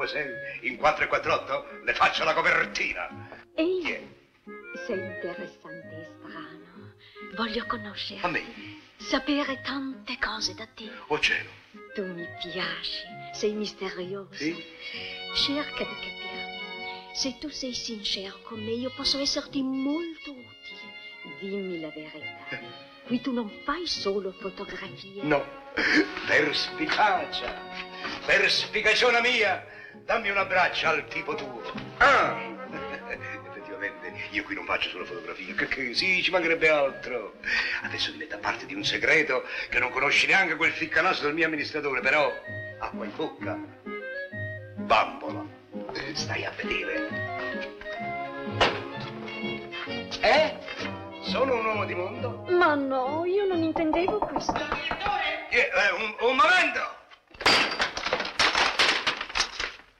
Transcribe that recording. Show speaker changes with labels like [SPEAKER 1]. [SPEAKER 1] Mademoiselle, in 448 le faccio la copertina.
[SPEAKER 2] Ehi,
[SPEAKER 1] Chi è?
[SPEAKER 2] sei interessante e strano. Voglio conoscerti.
[SPEAKER 1] A me.
[SPEAKER 2] Sapere tante cose da te.
[SPEAKER 1] Oh cielo.
[SPEAKER 2] Tu mi piaci, sei misterioso.
[SPEAKER 1] Sì?
[SPEAKER 2] Cerca di capirmi. Se tu sei sincero con me, io posso esserti molto utile. Dimmi la verità. Qui tu non fai solo fotografie.
[SPEAKER 1] No. Perspicacia. Perspicaciona mia. Dammi un abbraccio al tipo tuo. Ah! Effettivamente, io qui non faccio solo fotografie. Che, che- sì, ci mancherebbe altro. Adesso diventa parte di un segreto che non conosce neanche quel ficcanaso del mio amministratore, però acqua in bocca. Bambola. Eh, Stai a vedere. Eh? Sono un uomo di mondo?
[SPEAKER 2] Ma no, io non intendevo questo.
[SPEAKER 1] Eh,